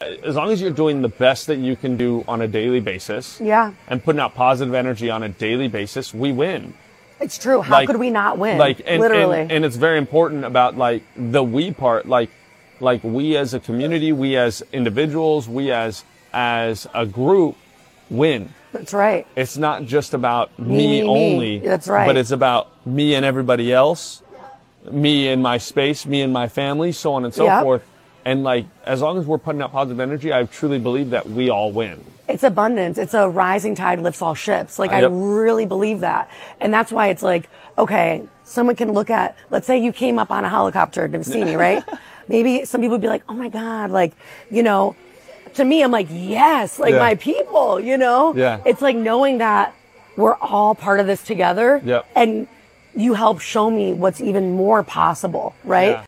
as long as you're doing the best that you can do on a daily basis Yeah. and putting out positive energy on a daily basis, we win. It's true. How could we not win? Like and, literally. and, and it's very important about like the we part, like like we as a community, we as individuals, we as as a group win. That's right. It's not just about Me, me, me, me. only. That's right. But it's about me and everybody else, me and my space, me and my family, so on and so Yep. forth. And like as long as we're putting out positive energy, I truly believe that we all win. It's abundance. It's a rising tide lifts all ships. Like Yep. I really believe that. And that's why it's like, okay, someone can look at, let's say you came up on a helicopter and have seen me, right? Maybe some people would be like, oh my God, like, you know, to me, I'm like, yes, like Yeah. my people, you know? Yeah. It's like knowing that we're all part of this together. Yep. And you help show me what's even more possible, right? Yeah.